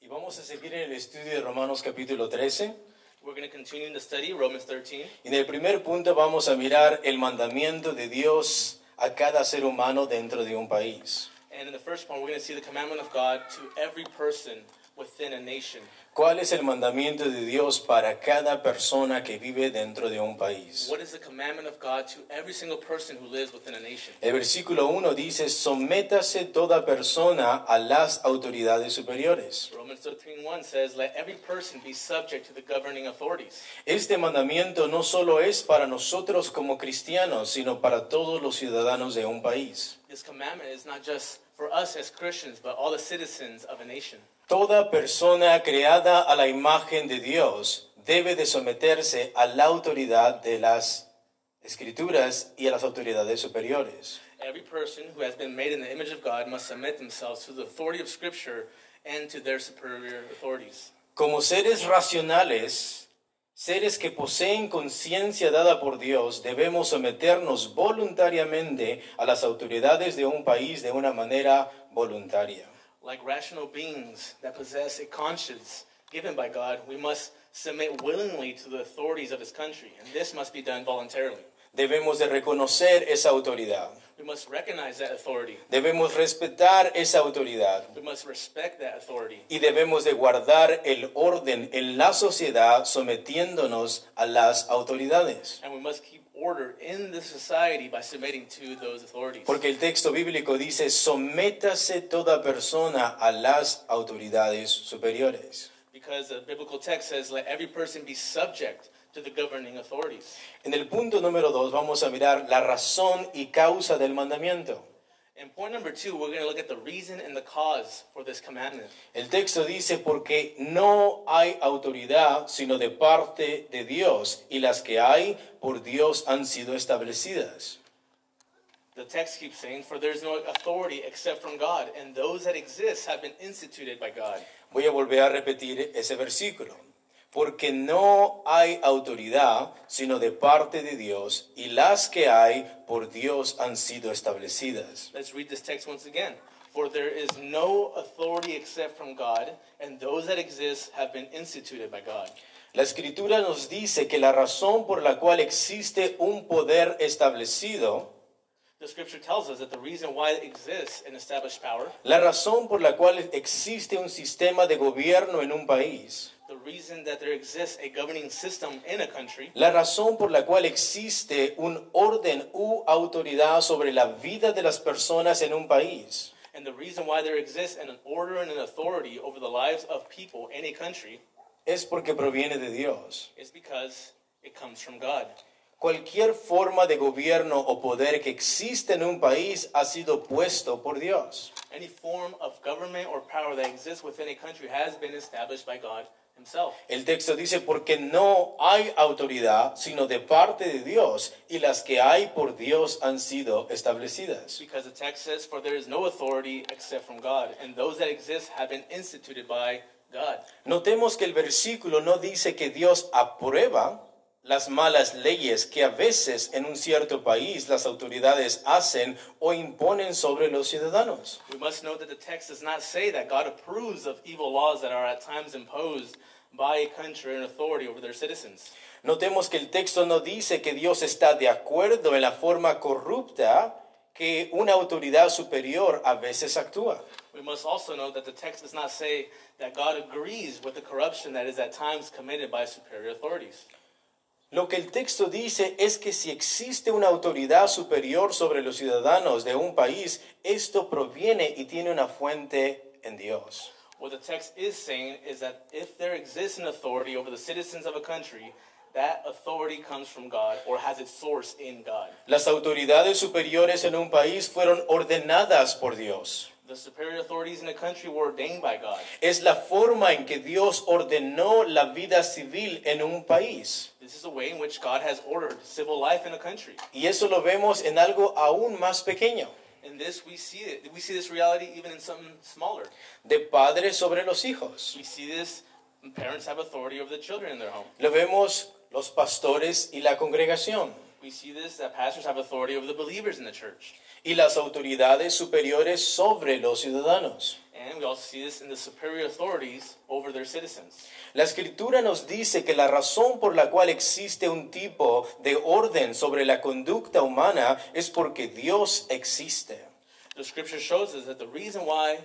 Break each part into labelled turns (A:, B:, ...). A: Y vamos a seguir en el estudio de Romanos capítulo 13.
B: We're going to continue in the study, Romans 13.
A: Y En el primer punto vamos a mirar el mandamiento de Dios a cada ser humano dentro de un país.
B: And in the first one, we're going to see the commandment of God to every person within a nation.
A: ¿Cuál es el mandamiento de Dios para cada persona que vive dentro de un país?
B: What is the commandment of God to every single person who lives within a nation?
A: El versículo 1 dice, sométase toda persona a las autoridades superiores.
B: Romans 13 says, Let every person be subject to the governing authorities.
A: Este mandamiento no solo es para nosotros como cristianos, sino para todos los ciudadanos de un país.
B: This commandment is not just for us as Christians, but all the citizens of a nation.
A: Toda persona creada a la imagen de Dios debe de someterse a la autoridad de las escrituras y a las autoridades superiores.
B: Every person who has been made in the image of God must submit themselves to the authority of Scripture and to their superior authorities.
A: Como seres racionales, seres que poseen conciencia dada por Dios, debemos someternos voluntariamente a las autoridades de un país de una manera voluntaria.
B: Like rational beings that possess a conscience given by God, we must submit willingly to the authorities of this country, and this must be done voluntarily.
A: Debemos de reconocer esa autoridad.
B: We must recognize that authority.
A: Debemos respetar esa autoridad.
B: We must respect that authority.
A: y debemos de guardar el orden en la sociedad sometiéndonos a las autoridades.
B: And we must keep order in the society by submitting to those authorities.
A: Porque el texto bíblico dice, sométase toda persona a las autoridades superiores.
B: Because the biblical text says, let every person be subject to the governing authorities.
A: En el punto número dos vamos a mirar la razón y causa del mandamiento.
B: And point number two, we're going to look at the reason and the cause for this commandment.
A: El texto dice, porque no hay autoridad sino de parte de Dios, y las que hay por Dios han sido establecidas.
B: The text keeps saying, For there is no authority except from God, and those that exist have been instituted by God.
A: Voy a volver a repetir ese versículo. Porque no hay autoridad sino de parte de Dios, y las que hay por Dios han sido establecidas.
B: Let's read this text once again. For there is no authority except from God, and those that exist have been instituted by God.
A: La escritura nos dice que la razón por la cual existe un poder establecido,
B: The scripture tells us that the reason why it exists an established power,
A: la razón por la cual existe un sistema de gobierno en un país,
B: the reason that there exists a governing system in a country,
A: la razón por la cual existe un orden u autoridad sobre la vida de las personas en un país,
B: and the reason why there exists an order and an authority over the lives of people in a country
A: es porque proviene de Dios.
B: is because it comes from God.
A: Cualquier forma de gobierno o poder que existe en un país ha sido puesto por Dios.
B: Any form of government or power that exists within a country has been established by God Himself.
A: El texto dice, porque no hay autoridad sino de parte de Dios, y las que hay por Dios han sido establecidas.
B: Because the text says, For there is no authority except from God, and those that exist have been instituted by God.
A: Notemos que el versículo no dice que Dios aprueba las malas leyes que a veces en un cierto país las autoridades hacen o imponen sobre los ciudadanos.
B: We must note that the text does not say that God approves of evil laws that are at times imposed by a country or an authority over their citizens.
A: Notemos que el texto no dice que Dios está de acuerdo en la forma corrupta que una autoridad superior a veces actúa.
B: We must also note that the text does not say that God agrees with the corruption that is at times committed by superior authorities.
A: Lo que el texto dice es que si existe una autoridad superior sobre los ciudadanos de un país, esto proviene y tiene una fuente en Dios.
B: What the text is saying is that if there exists an authority over the citizens of a country, that authority comes from God or has its source in God.
A: Las autoridades superiores en un país fueron ordenadas por Dios.
B: The superior authorities in a country were ordained by God.
A: Es la forma en que Dios ordenó la vida civil en un país.
B: This is the way in which God has ordered civil life in a country.
A: Y eso lo vemos en algo aún más pequeño,
B: And this we see it. We see this reality even in something smaller.
A: de padres sobre los hijos,
B: We see this Parents have authority over the children in their home.
A: Lo vemos los pastores y la congregación
B: We see this that pastors have authority over the believers in the church.
A: y las autoridades superiores sobre los ciudadanos.
B: And we also see this in the superior authorities over their citizens.
A: La escritura nos dice que la razón por la cual existe un tipo de orden sobre la conducta humana es porque Dios existe.
B: The scripture shows us that the reason why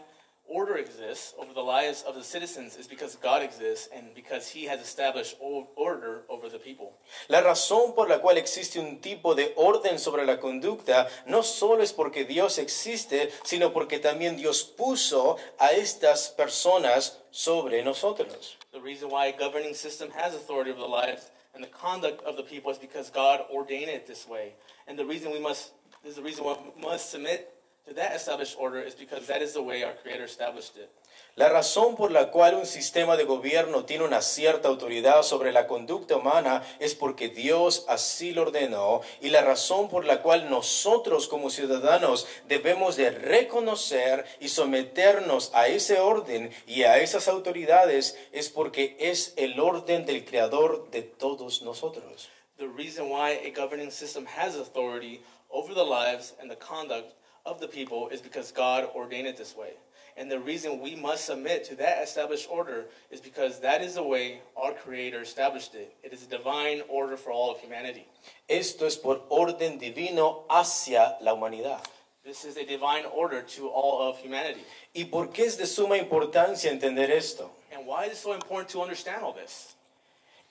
B: order exists over the lives of the citizens is because God exists and because he has established o- order over the people.
A: La razón por la cual existe un tipo de orden sobre la conducta no solo es porque Dios existe, sino porque también Dios puso a estas personas sobre nosotros.
B: The reason why a governing system has authority over the lives and the conduct of the people is because God ordained it this way. And the reason we must this is the reason why we must submit to that established order is because that is the way our Creator established it.
A: La razón por la cual un sistema de gobierno tiene una cierta autoridad sobre la conducta humana es porque Dios así lo ordenó y la razón por la cual nosotros como ciudadanos debemos de reconocer y someternos a ese orden y a esas autoridades es porque es el orden del Creador de todos nosotros.
B: The reason why a governing system has authority over the lives and the conduct of the people is because God ordained it this way. And the reason we must submit to that established order is because that is the way our Creator established it. It is a divine order for all of humanity.
A: Esto es por orden divino hacia la humanidad.
B: This is a divine order to all of humanity.
A: ¿Y por qué es de suma importancia entender esto?
B: And why is it so important to understand all this?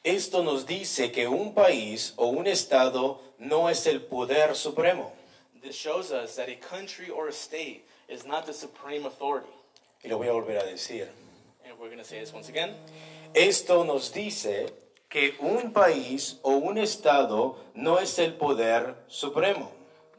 A: Esto nos dice que un país o un estado no es el poder supremo.
B: This shows us that a country or a state is not the supreme authority.
A: Y lo voy a volver a decir.
B: And we're going to say this once again.
A: Esto nos dice que un país o un estado no es el poder supremo.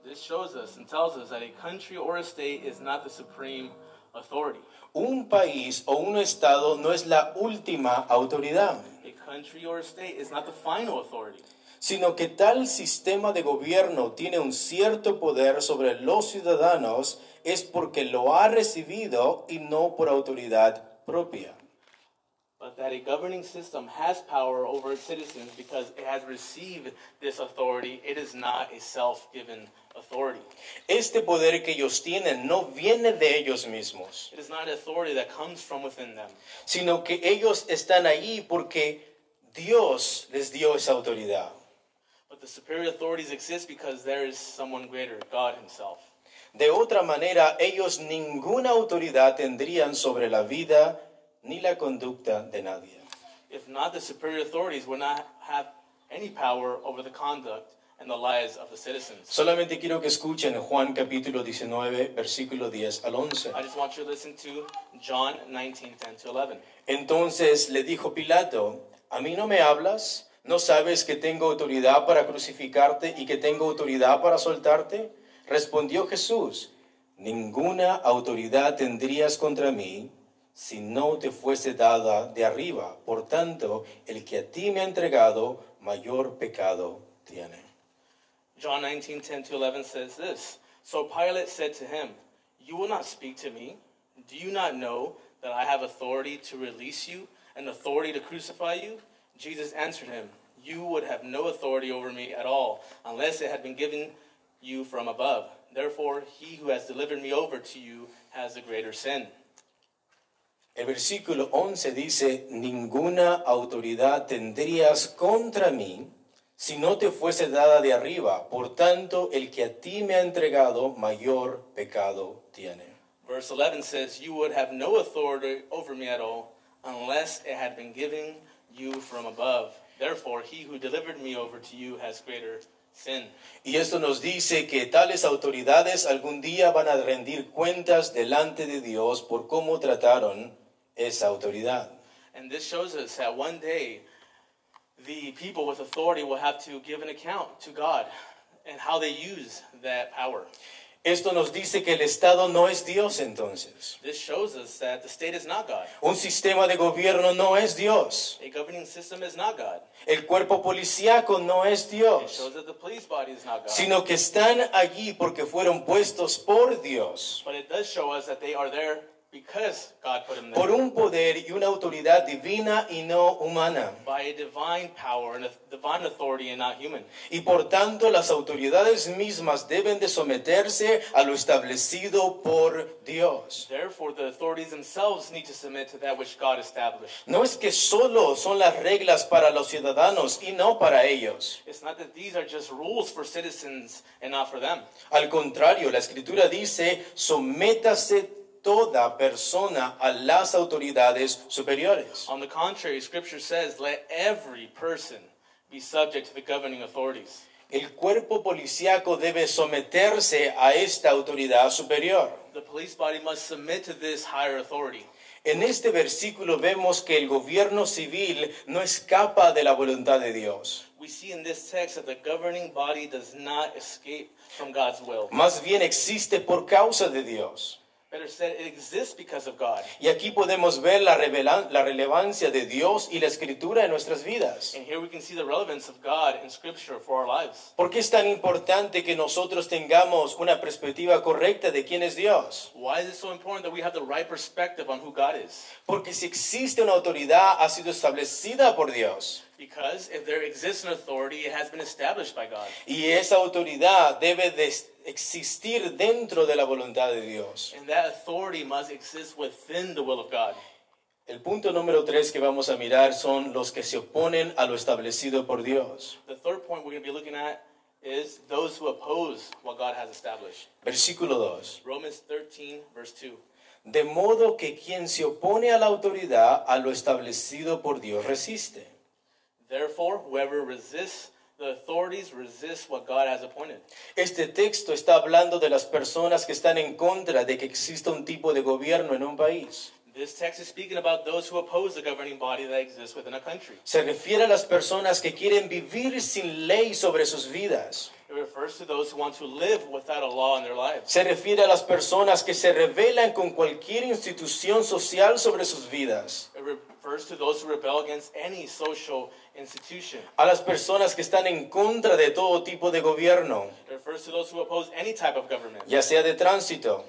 B: This shows us and tells us that a country or a state is not the supreme authority.
A: Un país o un estado no es la última autoridad,
B: A country or a state is not the final authority.
A: sino que tal sistema de gobierno tiene un cierto poder sobre los ciudadanos es porque lo ha recibido y no por autoridad propia.
B: But that a governing system has power over its citizens because it has received this authority. It is not a self given authority.
A: Este poder que ellos tienen no viene de ellos mismos,
B: It is not an authority that comes from within them.
A: sino que ellos están ahí porque Dios les dio esa autoridad.
B: But the superior authorities exist because there is someone greater, God Himself.
A: De otra manera, ellos ninguna autoridad tendrían sobre la vida ni la conducta de nadie.
B: If not, the superior authorities would not have any power over the conduct and the lives of the citizens.
A: Solamente quiero que escuchen Juan capítulo 19, versículo 10 al 11.
B: I just want you to listen to John 19, 10 to 11.
A: Entonces le dijo Pilato, ¿a mí no me hablas? ¿No sabes que tengo autoridad para crucificarte y que tengo autoridad para soltarte? Respondió Jesús, ninguna autoridad tendrías contra mí si no te fuese dada de arriba. Por tanto, el que a ti me ha entregado, mayor pecado tiene.
B: John 19, 10 to 11 says this So Pilate said to him, You will not speak to me. Do you not know that I have authority to release you and authority to crucify you? Jesus answered him, You would have no authority over me at all unless it had been given you from above. Therefore, he who has delivered me over to you has the greater sin.
A: El versículo 11 dice, ninguna autoridad tendrías contra mí si no te fuese dada de arriba. Por tanto, el que a ti me ha entregado, mayor pecado tiene.
B: Verse 11 says, You would have no authority over me at all unless it had been given you from above. Therefore, he who delivered me over to you has greater sin.
A: Y esto nos dice que tales autoridades algún día van a rendir cuentas delante de Dios por cómo trataron esa autoridad.
B: And this shows us that one day the people with authority will have to give an account to God and how they use that power.
A: Esto nos dice que el Estado no es Dios entonces.
B: This shows us that the state is not God,
A: Un sistema de gobierno no es Dios.
B: a governing system is not God.
A: El cuerpo policíaco no es
B: It
A: Dios,
B: shows that the police body is not God.
A: sino que están allí porque fueron puestos por Dios.
B: But it does show us that they are there because God put him
A: por
B: there.
A: un poder y una autoridad divina y no humana.
B: By a divine power and a divine authority and not human.
A: Y por tanto las autoridades mismas deben de someterse a lo establecido por Dios.
B: Therefore, the authorities themselves need to submit to that which God established.
A: No es que solo son las reglas para los ciudadanos y no para ellos.
B: It's not that these are just rules for citizens and not for them.
A: Al contrario, la escritura dice, sométase toda persona a las autoridades superiores.
B: On the contrary, Scripture says, let every person be subject to the governing authorities.
A: El cuerpo policíaco debe someterse a esta autoridad superior.
B: The police body must submit to this higher authority.
A: En este versículo vemos que el gobierno civil no escapa de la voluntad de Dios.
B: We see in this text that the governing body does not escape from God's will.
A: Más bien existe por causa de Dios.
B: Better said, it exists because of God.
A: Y aquí podemos ver la, revela- la relevancia de Dios y la escritura en nuestras vidas.
B: And here we can see the relevance of God in Scripture for our lives.
A: ¿Por qué es tan importante que nosotros tengamos una perspectiva correcta de quién es Dios?
B: Why is it so important that we have the right perspective on who God is?
A: Porque si existe una autoridad, ha sido establecida por Dios.
B: Because if there exists an authority, it has been established by God.
A: Y esa autoridad debe de existir dentro de la voluntad de Dios.
B: And that authority must exist within the will of God.
A: El punto número tres que vamos a mirar son los que se oponen a lo establecido por Dios.
B: The third point we're going to be looking at is those who oppose what God has established.
A: Versículo 2.
B: Romans 13, verse 2.
A: De modo que quien se opone a la autoridad, a lo establecido por Dios, resiste.
B: Therefore, whoever resists the authorities resists what God has appointed.
A: Este texto está hablando de las personas que están en contra de que exista un tipo de gobierno en un país.
B: This text is speaking about those who oppose the governing body that exists within a country.
A: Se refiere a las personas que quieren vivir sin ley sobre sus vidas.
B: It refers to those who want to live without a law in their lives.
A: Se refiere a las personas que se rebelan con cualquier institución social sobre sus vidas.
B: It refers to those who rebel against any social institution.
A: A las personas que están en contra de todo tipo de gobierno,
B: It refers to those who oppose any type of government,
A: ya sea de tránsito,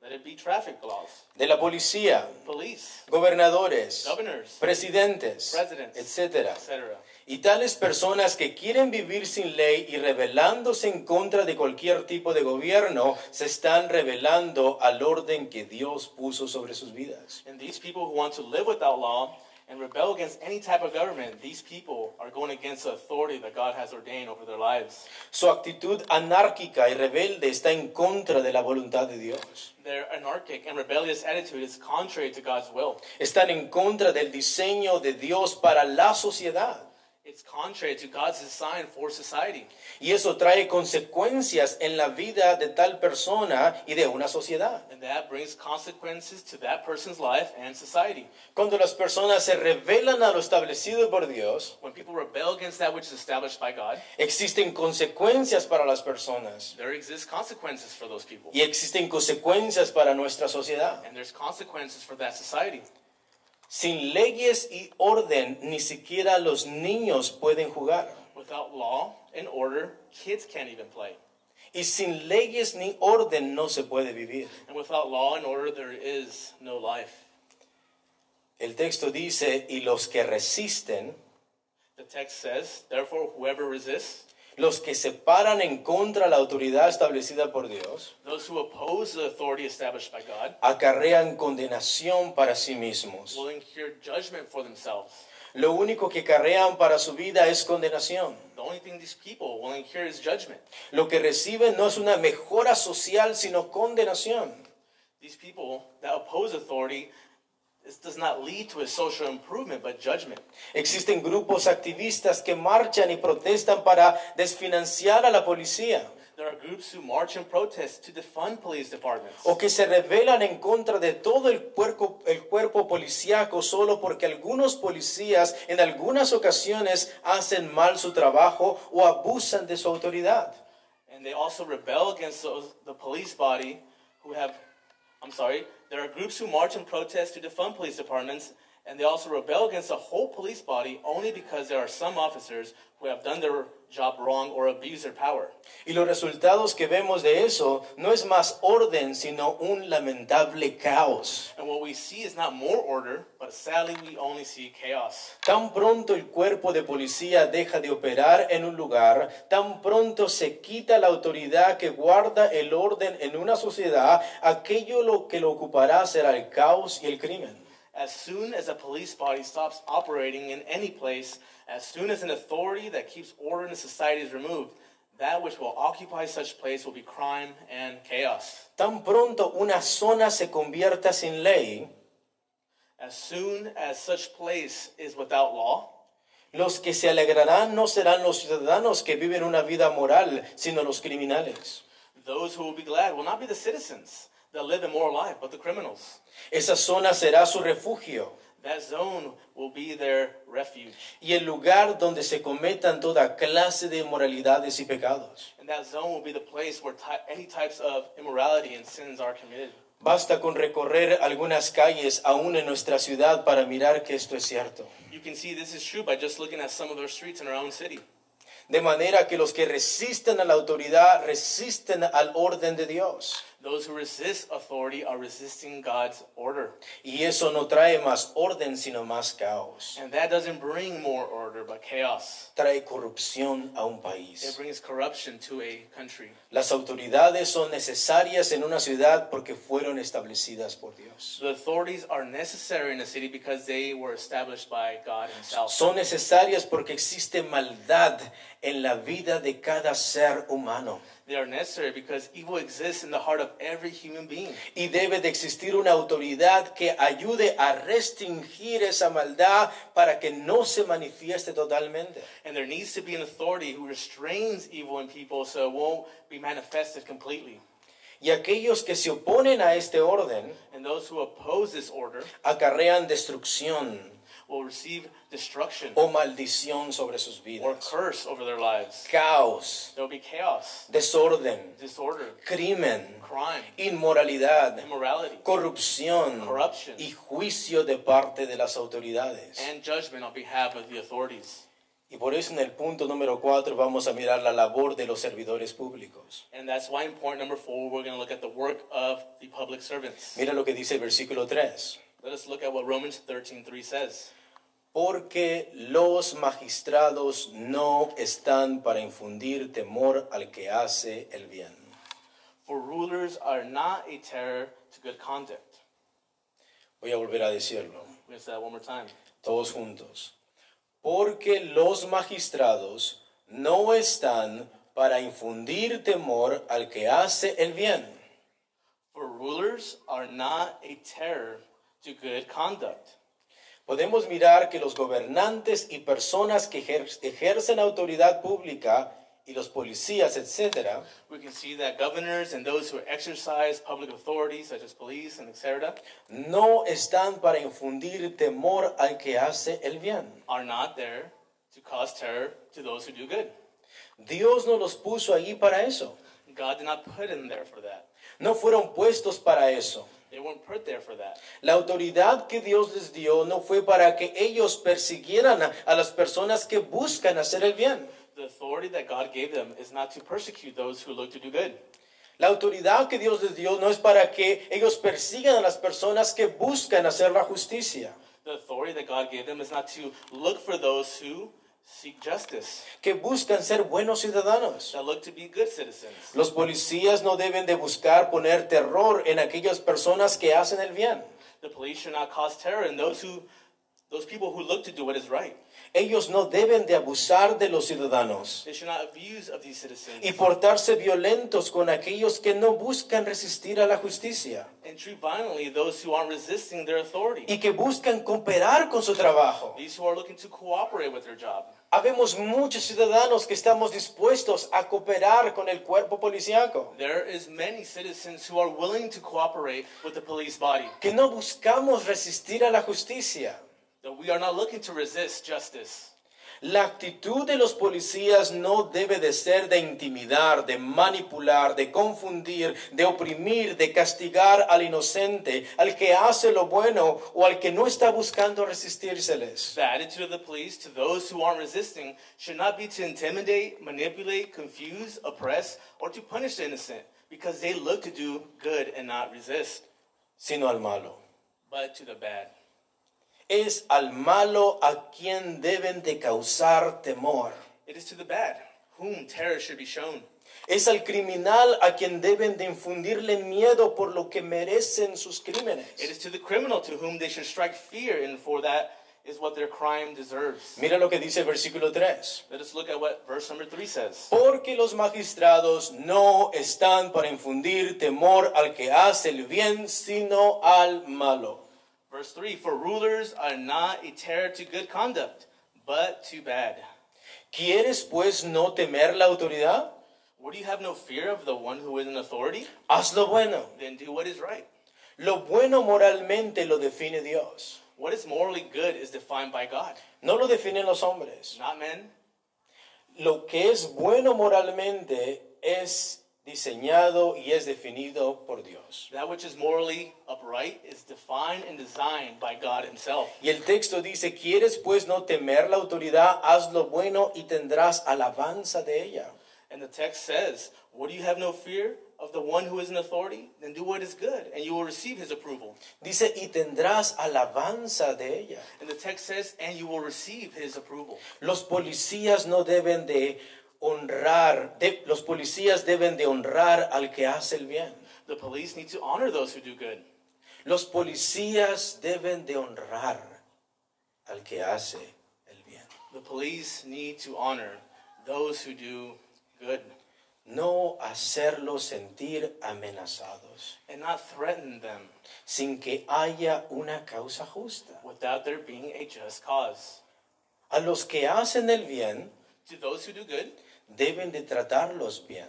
B: let it be traffic laws,
A: de la policía,
B: police,
A: gobernadores,
B: governors,
A: presidentes,
B: Presidents.
A: etcétera,
B: etc.
A: Y tales personas que quieren vivir sin ley y rebelándose en contra de cualquier tipo de gobierno, se están rebelando al orden que Dios puso sobre sus vidas.
B: And these people who want to live without law and rebel against any type of government, these people are going against the authority that God has ordained over their lives.
A: Su actitud anárquica y rebelde está en contra de la voluntad de Dios.
B: Their anarchic and rebellious attitude is contrary to God's will.
A: Están en contra del diseño de Dios para la sociedad.
B: It's contrary to God's design for society.
A: Y eso trae consecuencias en la vida de tal persona y de una sociedad.
B: And that brings consequences to that person's life and society.
A: Cuando las personas se rebelan a lo establecido por Dios,
B: When people rebel against that which is established by God,
A: existen consecuencias para las personas
B: there exist consequences for those people.
A: y existen consecuencias para nuestra sociedad.
B: And there's consequences for that society.
A: Sin leyes y orden, ni siquiera los niños pueden jugar.
B: Without law and order, kids can't even play.
A: Y sin leyes ni orden no se puede vivir.
B: And without law and order, there is no life.
A: El texto dice, y los que resisten,
B: The text says, therefore, whoever resists,
A: los que se paran en contra de la autoridad establecida por Dios,
B: those who oppose the authority established by God,
A: acarrean condenación para sí mismos.
B: will incur judgment for themselves.
A: Lo único que acarrean para su vida es condenación.
B: The only thing these people will incur is judgment.
A: Lo que reciben no es una mejora social, sino condenación.
B: These people that oppose authority, this does not lead to a social improvement, but judgment.
A: Existen grupos activistas que marchan y protestan para desfinanciar a la policía
B: There are groups who march and protest to defund police departments,
A: o que se rebelan en contra de todo el cuerpo, el cuerpo policíaco solo porque algunos policías en algunas ocasiones hacen mal su trabajo o abusan de su autoridad.
B: and they also rebel against those, the police body who have. I'm sorry. There are groups who march and protest to defund police departments, And they also rebel against the whole police body only because there are some officers who have done their job wrong or abused their power.
A: Y los resultados que vemos de eso no es más orden, sino un lamentable caos.
B: And what we see is not more order, but sadly, we only see chaos.
A: Tan pronto el cuerpo de policía deja de operar en un lugar, tan pronto se quita la autoridad que guarda el orden en una sociedad, aquello lo que lo ocupará será el caos y el crimen.
B: As soon as a police body stops operating in any place, as soon as an authority that keeps order in society is removed, that which will occupy such place will be crime and chaos.
A: Tan pronto una zona se convierta sin ley,
B: As soon as such place is without law,
A: los que se alegrarán no serán los ciudadanos que viven una vida moral, sino los criminales.
B: those who will be glad will not be the citizens that live a moral life, but the criminals.
A: Esa zona será su refugio
B: That zone will be their refuge.
A: y el lugar donde se cometan toda clase de inmoralidades y pecados.
B: And that zone will be the place where ty- any types of immorality and sins are committed.
A: Basta con recorrer algunas calles aún en nuestra ciudad para mirar que esto es cierto.
B: You can see this is true by just looking at some of our streets in our own city.
A: De manera que los que resisten a la autoridad resisten al orden de Dios.
B: Those who resist authority are resisting God's order.
A: Y eso no trae más orden, sino más caos.
B: And that doesn't bring more order, but chaos.
A: Trae corrupción a un
B: It
A: país.
B: brings corruption to a country.
A: Las autoridades son necesarias en una ciudad porque fueron establecidas por Dios.
B: The authorities are necessary in a city because they were established by God Himself.
A: son necesarias porque existe maldad en la vida de cada ser humano
B: They are necessary because evil exists in the heart of every human being.
A: y debe de existir una autoridad que ayude a restringir esa maldad para que no se manifieste totalmente.
B: And there needs to be an authority who restrains evil in people so it won't be manifested completely.
A: Y aquellos que se oponen a este orden
B: And those who oppose this order
A: acarrean destrucción
B: will receive destruction
A: o maldición sobre sus
B: or
A: vidas,
B: curse over their lives.
A: caos,
B: There will be chaos,
A: desorden,
B: disorder,
A: crimen,
B: crime,
A: inmoralidad,
B: immorality,
A: corrupción
B: Corruption.
A: y juicio de parte de las autoridades.
B: and judgment on behalf of the authorities.
A: Y por eso en el punto número 4 vamos a mirar la labor de los servidores públicos.
B: And that's why in point number four, we're going to look at the work of the public servants.
A: Mira lo que dice el versículo 3.
B: Let us look at what Romans 13.3 says.
A: Porque los magistrados no están para infundir temor al que hace el bien.
B: For rulers are not a terror to good conduct.
A: Voy a volver a decirlo,
B: We're going to say that one more time.
A: todos juntos. Porque los magistrados no están para infundir temor al que hace el bien,
B: For rulers are not a terror to good conduct.
A: Podemos mirar que los gobernantes y personas que ejer- ejercen autoridad pública y los policías, etcétera,
B: We can see that governors and those who exercise public authority, such as police and etc.,
A: no están para infundir temor al que hace el bien.
B: are not there to cause terror to those who do good.
A: Dios no los puso ahí para eso.
B: God did not put them there for that.
A: No fueron puestos para eso.
B: They weren't put there for that.
A: La autoridad que Dios les dio no fue para que ellos persiguieran a, a las personas que buscan hacer el bien.
B: The authority that God gave them is not to persecute those who look to do good.
A: La autoridad que Dios les dio no es para que ellos persigan a las personas que buscan hacer la justicia.
B: The authority that God gave them is not to look for those who seek justice,
A: que buscan ser buenos ciudadanos.
B: that look to be good citizens.
A: Los policías no deben de buscar poner terror en aquellas personas que hacen el bien.
B: The police should not cause terror in those who those people who look to do what is right.
A: Ellos no deben de abusar de los ciudadanos
B: They should not abuse of these citizens
A: y portarse violentos con aquellos que no buscan resistir a la justicia
B: and treat violently those who aren't resisting their authority.
A: y que buscan cooperar con su trabajo.
B: These who are looking to cooperate with their job.
A: Habemos muchos ciudadanos que estamos dispuestos a cooperar con el cuerpo policiaco,
B: There is many citizens who are willing to cooperate with the police body.
A: que no buscamos resistir a la justicia.
B: That we are not looking to resist justice.
A: La actitud de los policías no debe de ser de intimidar, de manipular, de confundir, de oprimir, de castigar al inocente, al que hace lo bueno o al que no está buscando resistírseles.
B: The attitude of the police to those who aren't resisting should not be to intimidate, manipulate, confuse, oppress, or to punish the innocent because they look to do good and not resist,
A: sino al malo.
B: but to the bad.
A: Es al malo a quien deben de causar temor.
B: It is to the bad whom terror should be shown.
A: Es al criminal a quien deben de infundirle miedo por lo que merecen sus crímenes.
B: It is to the criminal to whom they should strike fear, and for that is what their crime deserves.
A: Mira lo que dice el versículo 3.
B: Let us look at what verse number 3 says.
A: Porque los magistrados no están para infundir temor al que hace el bien, sino al malo.
B: Verse 3 For rulers are not a terror to good conduct, but to bad.
A: ¿Quieres pues no temer la autoridad?
B: Where do you have no fear of the one who is in authority?
A: Haz lo bueno.
B: Then do what is right.
A: Lo bueno moralmente lo define Dios.
B: What is morally good is defined by God,
A: No lo definen los hombres.
B: not men.
A: Lo que es bueno moralmente es diseñado y es definido por Dios.
B: That which is morally upright is defined and designed by God Himself.
A: Y el texto dice, ¿quieres pues no temer la autoridad? Haz lo bueno y tendrás alabanza de ella.
B: And the text says, What do you have no fear of the one who is in authority? Then do what is good, and you will receive His approval.
A: Dice, y tendrás alabanza de ella.
B: And the text says, And you will receive His approval.
A: Los policías no deben de honrar, de- los policías deben de honrar al que hace el bien.
B: The police need to honor those who do good.
A: Los policías deben de honrar al que hace el bien.
B: The police need to honor those who do good
A: No hacerlos sentir amenazados
B: and not threaten them
A: sin que haya una causa justa.
B: without there being a just cause.
A: A los que hacen el bien
B: To those who do good,
A: deben de tratarlos bien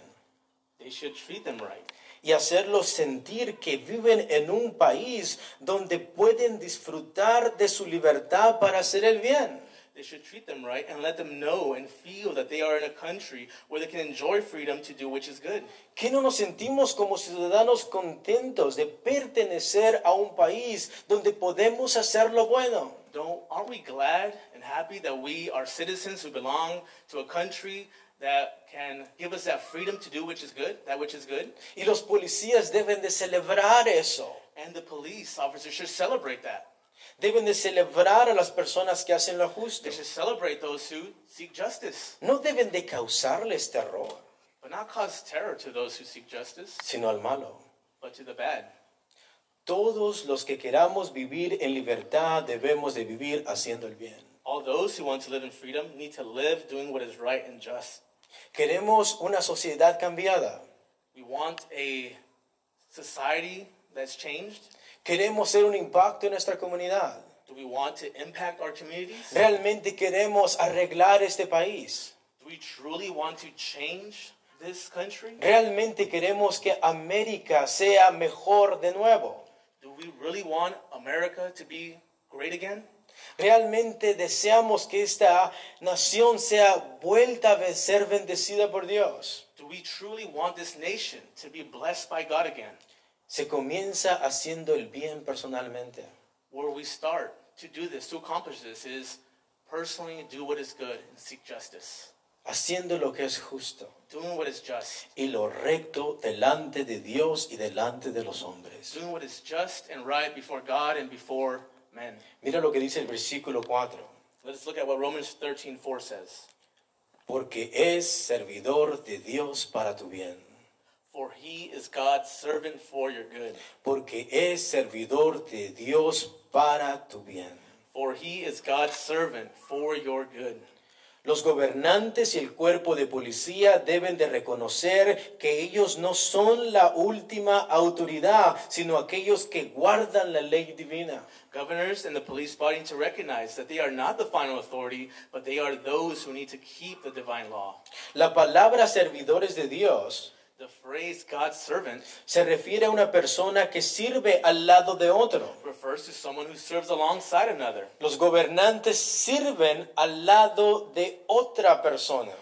B: they should treat them right
A: y hacerlos sentir que viven en un país donde pueden disfrutar de su libertad para hacer el bien.
B: They should treat them right and let them know and feel that they are in a country where they can enjoy freedom to do which is good.
A: ¿Qué no nos sentimos como ciudadanos contentos de pertenecer a un país donde podemos hacer lo bueno?
B: Don't aren't we glad and happy that we are citizens who belong to a country that can give us that freedom to do which is good, that which is good?
A: Y los policías deben de celebrar eso.
B: And the police officers should celebrate that.
A: Deben de celebrar a las personas que hacen lo justo.
B: They should celebrate those who seek justice,
A: No deben de causarles terror,
B: but not cause terror to those who seek justice,
A: sino al malo.
B: but to the bad.
A: Todos los que queramos vivir en libertad debemos de vivir haciendo el bien.
B: All those who want to live in freedom need to live doing what is right and just.
A: Queremos una sociedad cambiada.
B: We want a society that's changed.
A: Queremos ser un impacto en nuestra comunidad.
B: Do we want to impact our communities? Do
A: Realmente queremos arreglar este país.
B: we truly want to change this country?
A: Realmente queremos que América sea mejor de nuevo.
B: Do we really want America to be great again?
A: Realmente deseamos que esta nación sea vuelta a ser bendecida por Dios.
B: Do we truly want this nation to be blessed by God again?
A: Se comienza haciendo el bien personalmente.
B: Where we start to do this, to accomplish this, is personally do what is good and seek justice,
A: haciendo lo que es justo
B: doing what is just,
A: y lo recto delante de Dios y delante de los hombres.
B: doing what is just and right before God and before men.
A: Mira lo que dice el versículo 4.
B: Let us look at what Romans 13:4 says.
A: Porque es servidor de Dios para tu bien.
B: For he is God's servant for your good.
A: Porque es servidor de Dios para tu bien.
B: For he is God's servant for your good.
A: Los gobernantes y el cuerpo de policía deben de reconocer que ellos no son la última autoridad, sino aquellos que guardan la ley divina.
B: Governors and the police body need to recognize that they are not the final authority, but they are those who need to keep the divine law.
A: La palabra servidores de Dios
B: the phrase God's servant
A: se refiere a una persona que sirve al lado de otro.
B: refers to someone who serves alongside another.
A: Los gobernantes sirven al lado de otra persona.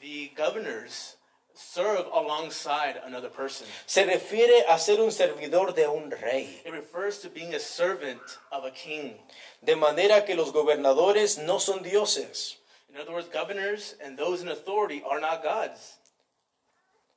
B: The governors serve alongside another person.
A: Se refiere a ser un servidor de un rey.
B: It refers to being a servant of a king.
A: De manera que los gobernadores no son dioses,
B: In other words, governors and those in authority are not gods,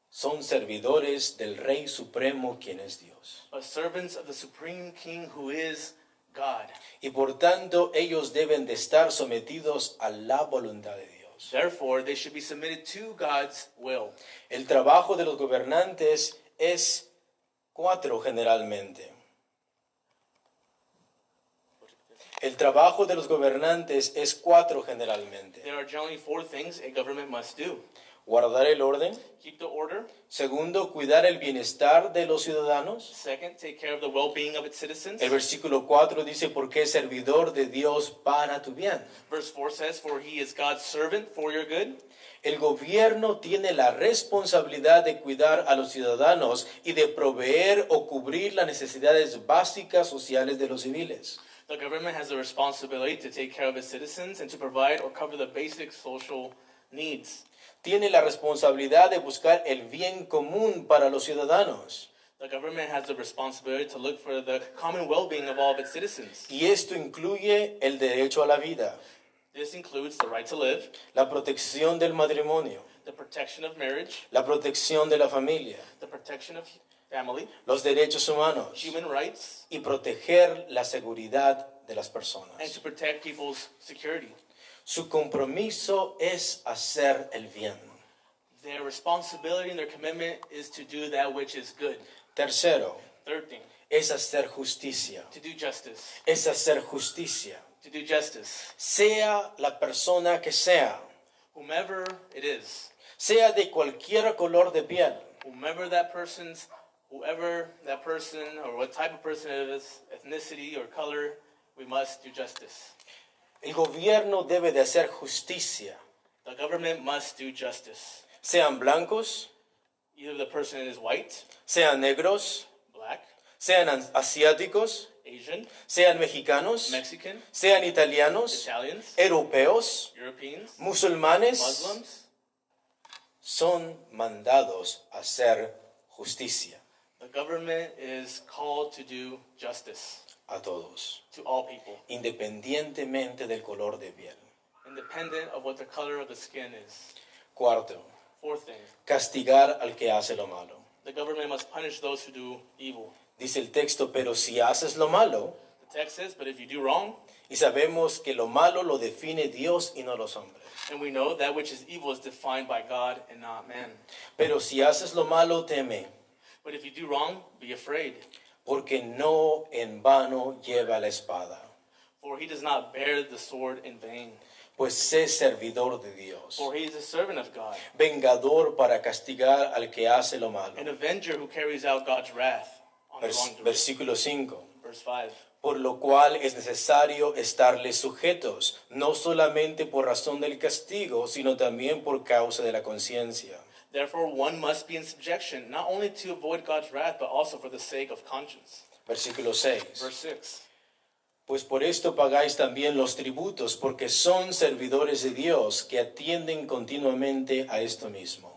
A: son servidores del Rey Supremo quien es Dios.
B: but servants of the supreme king who is God.
A: Y por tanto ellos deben de estar sometidos a la voluntad de Dios.
B: Therefore, they should be submitted to God's will.
A: El trabajo de los gobernantes es cuatro generalmente. El trabajo de los gobernantes es cuatro generalmente.
B: There are generally four things a government must do
A: Guardar el orden.
B: keep the order,
A: Segundo, cuidar el bienestar de los ciudadanos.
B: second, take care of the well being of its citizens.
A: El versículo 4 dice, porque es servidor de Dios para tu bien.
B: Verse 4 says, For he is God's servant for your good.
A: El gobierno tiene la responsabilidad de cuidar a los ciudadanos y de proveer o cubrir las necesidades básicas sociales de los civiles.
B: The government has the responsibility to take care of its citizens and to provide or cover the basic social needs.
A: tiene la responsabilidad de buscar el bien común para los ciudadanos.
B: The government has the responsibility to look for the common well being of all of its citizens.
A: Y esto incluye el derecho a la vida,
B: This includes the right to live,
A: la protección del matrimonio,
B: the protection of marriage,
A: la protección de la familia,
B: the protection of family,
A: los derechos humanos
B: human rights,
A: y proteger la seguridad de las
B: and
A: personas.
B: to protect people's security.
A: Su compromiso es hacer el bien.
B: Their responsibility and their commitment is to do that which is good.
A: Tercero,
B: Third thing,
A: es hacer justicia.
B: to do justice.
A: Es hacer justicia.
B: To do justice.
A: Sea la persona que sea,
B: Whomever it is,
A: sea de cualquier color de piel,
B: whomever that person's, whoever that person or what type of person it is, ethnicity or color, we must do justice.
A: El gobierno debe de hacer justicia,
B: The government must do justice.
A: sean blancos,
B: Either the person is white,
A: sean negros,
B: black,
A: sean an- asiáticos,
B: Asian,
A: sean mexicanos,
B: Mexican,
A: sean italianos,
B: Italians,
A: europeos,
B: Europeans,
A: musulmanes,
B: Muslims.
A: son mandados a hacer justicia
B: The government is called to do justice
A: a todos,
B: to all people,
A: independientemente del color de piel.
B: independent of what the color of the skin is.
A: Cuarto,
B: Fourth thing,
A: castigar al que hace lo malo.
B: the government must punish those who do evil.
A: Dice el texto, pero si haces lo malo,
B: The text says, but if you do wrong,
A: y sabemos que lo malo lo define Dios y no los hombres.
B: and we know that which is evil is defined by God and not man.
A: Pero si haces lo malo, teme,
B: But if you do wrong, be afraid,
A: porque no en vano lleva la espada,
B: for he does not bear the sword in vain,
A: pues sé servidor de Dios,
B: for he is a servant of God,
A: vengador para castigar al que hace lo malo.
B: an avenger who carries out God's wrath on the
A: Vers-
B: wrongdoer.
A: versículo 5.
B: Verse 5.
A: Por lo cual es necesario estarles sujetos, no solamente por razón del castigo, sino también por causa de la conciencia.
B: Therefore, one must be in subjection, not only to avoid God's wrath, but also for the sake of conscience.
A: Versículo 6.
B: Verse 6.
A: Pues por esto pagáis también los tributos, porque son servidores de Dios que atienden continuamente a esto mismo.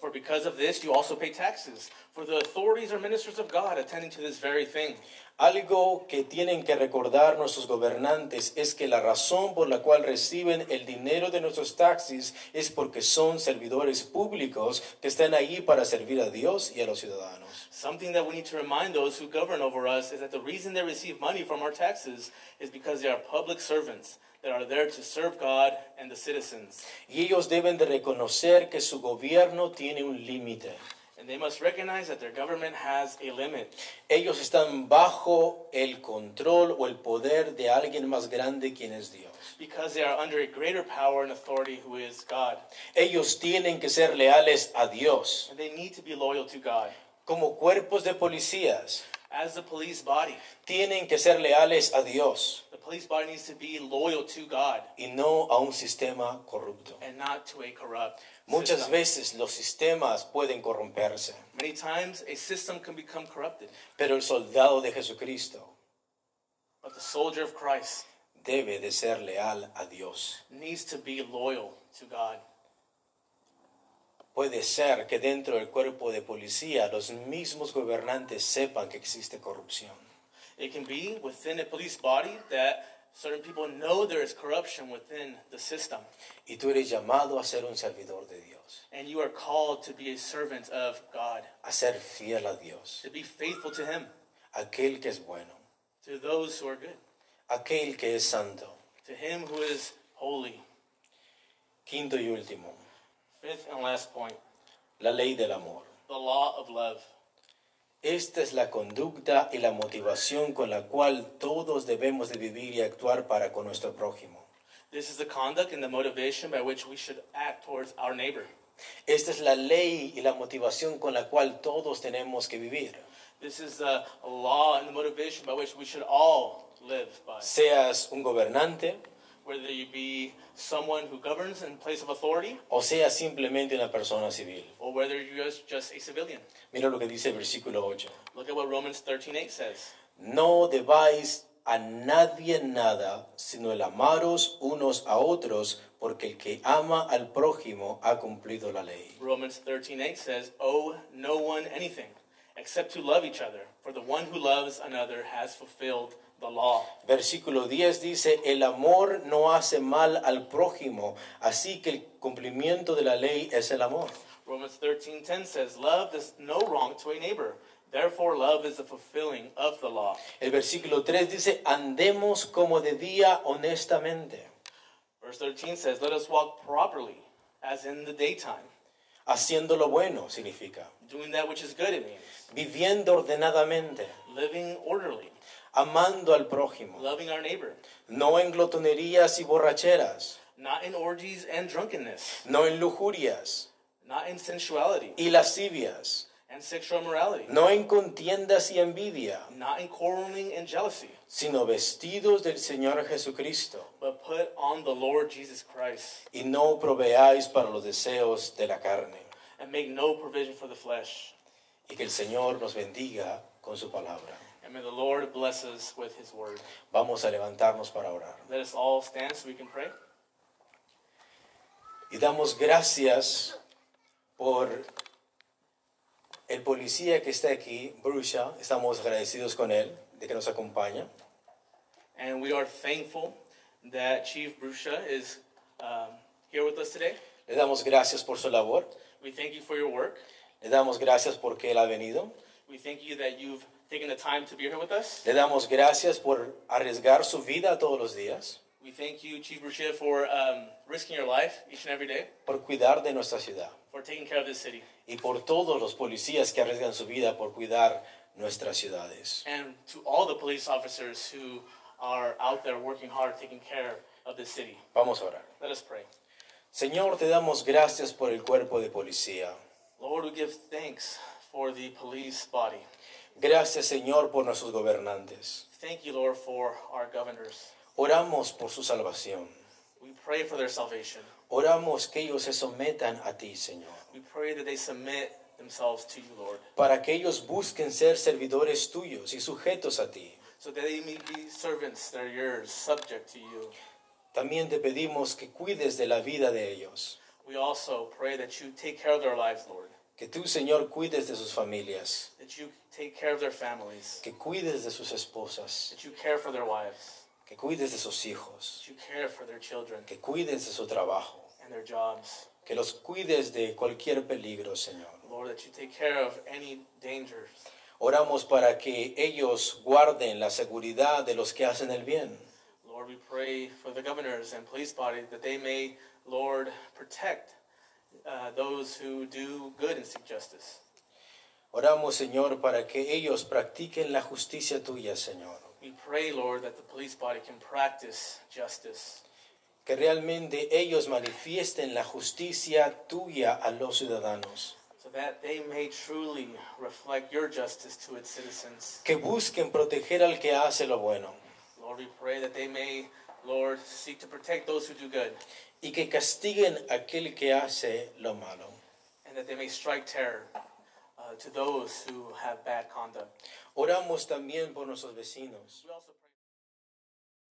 B: For because of this, you also pay taxes, for the authorities are ministers of God, attending to this very thing.
A: Algo que tienen que recordar nuestros gobernantes es que la razón por la cual reciben el dinero de nuestros taxis es porque son servidores públicos que están ahí para servir a Dios y a los ciudadanos.
B: Something that we need to remind those who govern over us is that the reason they receive money from our taxes is because they are public servants that are there to serve God and the citizens.
A: Y ellos deben de reconocer que su gobierno tiene un límite.
B: And they must recognize that their government has a limit.
A: Ellos están bajo el control o el poder de alguien más grande quien es Dios.
B: Because they are under a greater power and authority who is God.
A: Ellos tienen que ser leales a Dios.
B: And they need to be loyal to God.
A: Como cuerpos de policías,
B: As the police body,
A: Tienen que ser leales a Dios
B: the police body needs to be loyal to God
A: y no a un sistema corrupto.
B: and not to a corrupt
A: Muchas
B: system.
A: veces los sistemas pueden corromperse,
B: Many times a system can become corrupted,
A: pero el soldado de Jesucristo
B: but the soldier of Christ
A: debe de ser leal a Dios.
B: needs to be loyal to God.
A: Puede ser que dentro del cuerpo de policía los mismos gobernantes sepan que existe corrupción.
B: It can be within a police body that certain people know there is corruption within the system,
A: Y tú eres llamado a ser un servidor de Dios,
B: and you are called to be a servant of God,
A: a ser fiel a Dios,
B: to be faithful to Him,
A: aquel que es bueno,
B: to those who are good,
A: aquel que es santo.
B: to Him who is holy.
A: Quinto y último,
B: Fifth and last point
A: la ley del amor.
B: the law of love.
A: Esta es la conducta y la motivación con la cual todos debemos de vivir y actuar para con nuestro prójimo.
B: This is the conduct and the motivation by which we should act towards our neighbor.
A: Esta es la ley y la motivación con la cual todos tenemos que vivir.
B: This is the law and the motivation by which we should all live by.
A: Seas un gobernante
B: Whether you be someone who governs in place of authority,
A: o seas simplemente una persona civil.
B: or whether you're just- just a civilian.
A: Mira lo que dice el versículo 8.
B: Look at what Romans 13:8 says.
A: No debáis a nadie nada, sino el amaros unos a otros, porque el que ama al prójimo ha cumplido la ley.
B: Romans 13:8 says, "Owe no one anything except to love each other, for the one who loves another has fulfilled the law."
A: Versículo 10 dice, el amor no hace mal al prójimo, así que el cumplimiento de la ley es el amor.
B: Romans 13:10 says, "Love does no wrong to a neighbor; therefore love is the fulfilling of the law."
A: El versículo 3 dice, andemos como de día honestamente,
B: Verse 13 says, "Let us walk properly, as in the daytime,
A: haciendo lo bueno, significa,
B: doing that which is good." It means
A: viviendo ordenadamente,
B: living orderly,
A: amando al prójimo,
B: loving our neighbor,
A: no en glotonerías y borracheras,
B: not in orgies and drunkenness,
A: no en lujurias
B: not in sensuality
A: y lascivias,
B: and sexual immorality.
A: no en contiendas y envidia,
B: not in quarreling and jealousy,
A: sino vestidos del Señor Jesucristo.
B: but put on the Lord Jesus Christ,
A: y no proveáis para los deseos de la carne.
B: and make no provision for the flesh.
A: Y que el Señor nos bendiga con su palabra.
B: And may the Lord bless us with his word.
A: Vamos a levantarnos para orar.
B: Let us all stand so we can pray.
A: Y damos gracias por el policía que está aquí, Brucia. Estamos agradecidos con él de que nos acompaña.
B: And we are thankful that Chief Brusha is um, here with us today.
A: Le damos gracias por su labor.
B: We thank you for your work.
A: Le damos gracias porque él ha venido.
B: We thank you that you've taken the time to be here with us.
A: Le damos gracias por arriesgar su vida todos los días,
B: We thank you, Chief Brusha, for um, risking your life each and every day,
A: por cuidar de nuestra ciudad.
B: for taking care of this city,
A: y por todos los policías que arriesgan su vida por cuidar nuestras ciudades.
B: and to all the police officers who are out there working hard, taking care of this city.
A: Vamos a orar.
B: Let us pray.
A: Señor, te damos gracias por el cuerpo de policía.
B: Lord, we give thanks for the police body.
A: Gracias, Señor, por nuestros gobernantes.
B: Thank you, Lord, for our governors.
A: Oramos por su salvación.
B: We pray for their salvation.
A: Oramos que ellos se sometan a ti, Señor,
B: We pray that they submit themselves to you, Lord,
A: para que ellos busquen ser servidores tuyos y sujetos a ti.
B: so that they may be servants that are yours, subject to you.
A: También te pedimos que cuides de la vida de ellos,
B: We also pray that you take care of their lives, Lord,
A: que tú, Señor, cuides de sus familias,
B: that you take care of their families,
A: que cuides de sus esposas,
B: that you care for their wives,
A: que cuides de sus hijos,
B: that you care for their children
A: que cuides de su trabajo,
B: and their jobs.
A: que los cuides de cualquier peligro, Señor.
B: Lord, that you take care of any dangers.
A: Oramos para que ellos guarden la seguridad de los que hacen el bien,
B: Lord, we pray for the governors and police body that they may, Lord, protect uh, those who do good and seek justice.
A: oramos, Señor, para que ellos practiquen la justicia tuya, Señor,
B: We pray, Lord, that the police body can practice justice,
A: que realmente ellos manifiesten la justicia tuya a los ciudadanos,
B: so that they may truly reflect your justice to its citizens.
A: que busquen proteger al que hace lo bueno
B: Lord, we pray that they may, Lord, seek to protect those who do good
A: y que castiguen a aquel que hace lo malo
B: and that they may strike terror uh, to those who have bad conduct.
A: oramos también por nuestros vecinos
B: We also pray.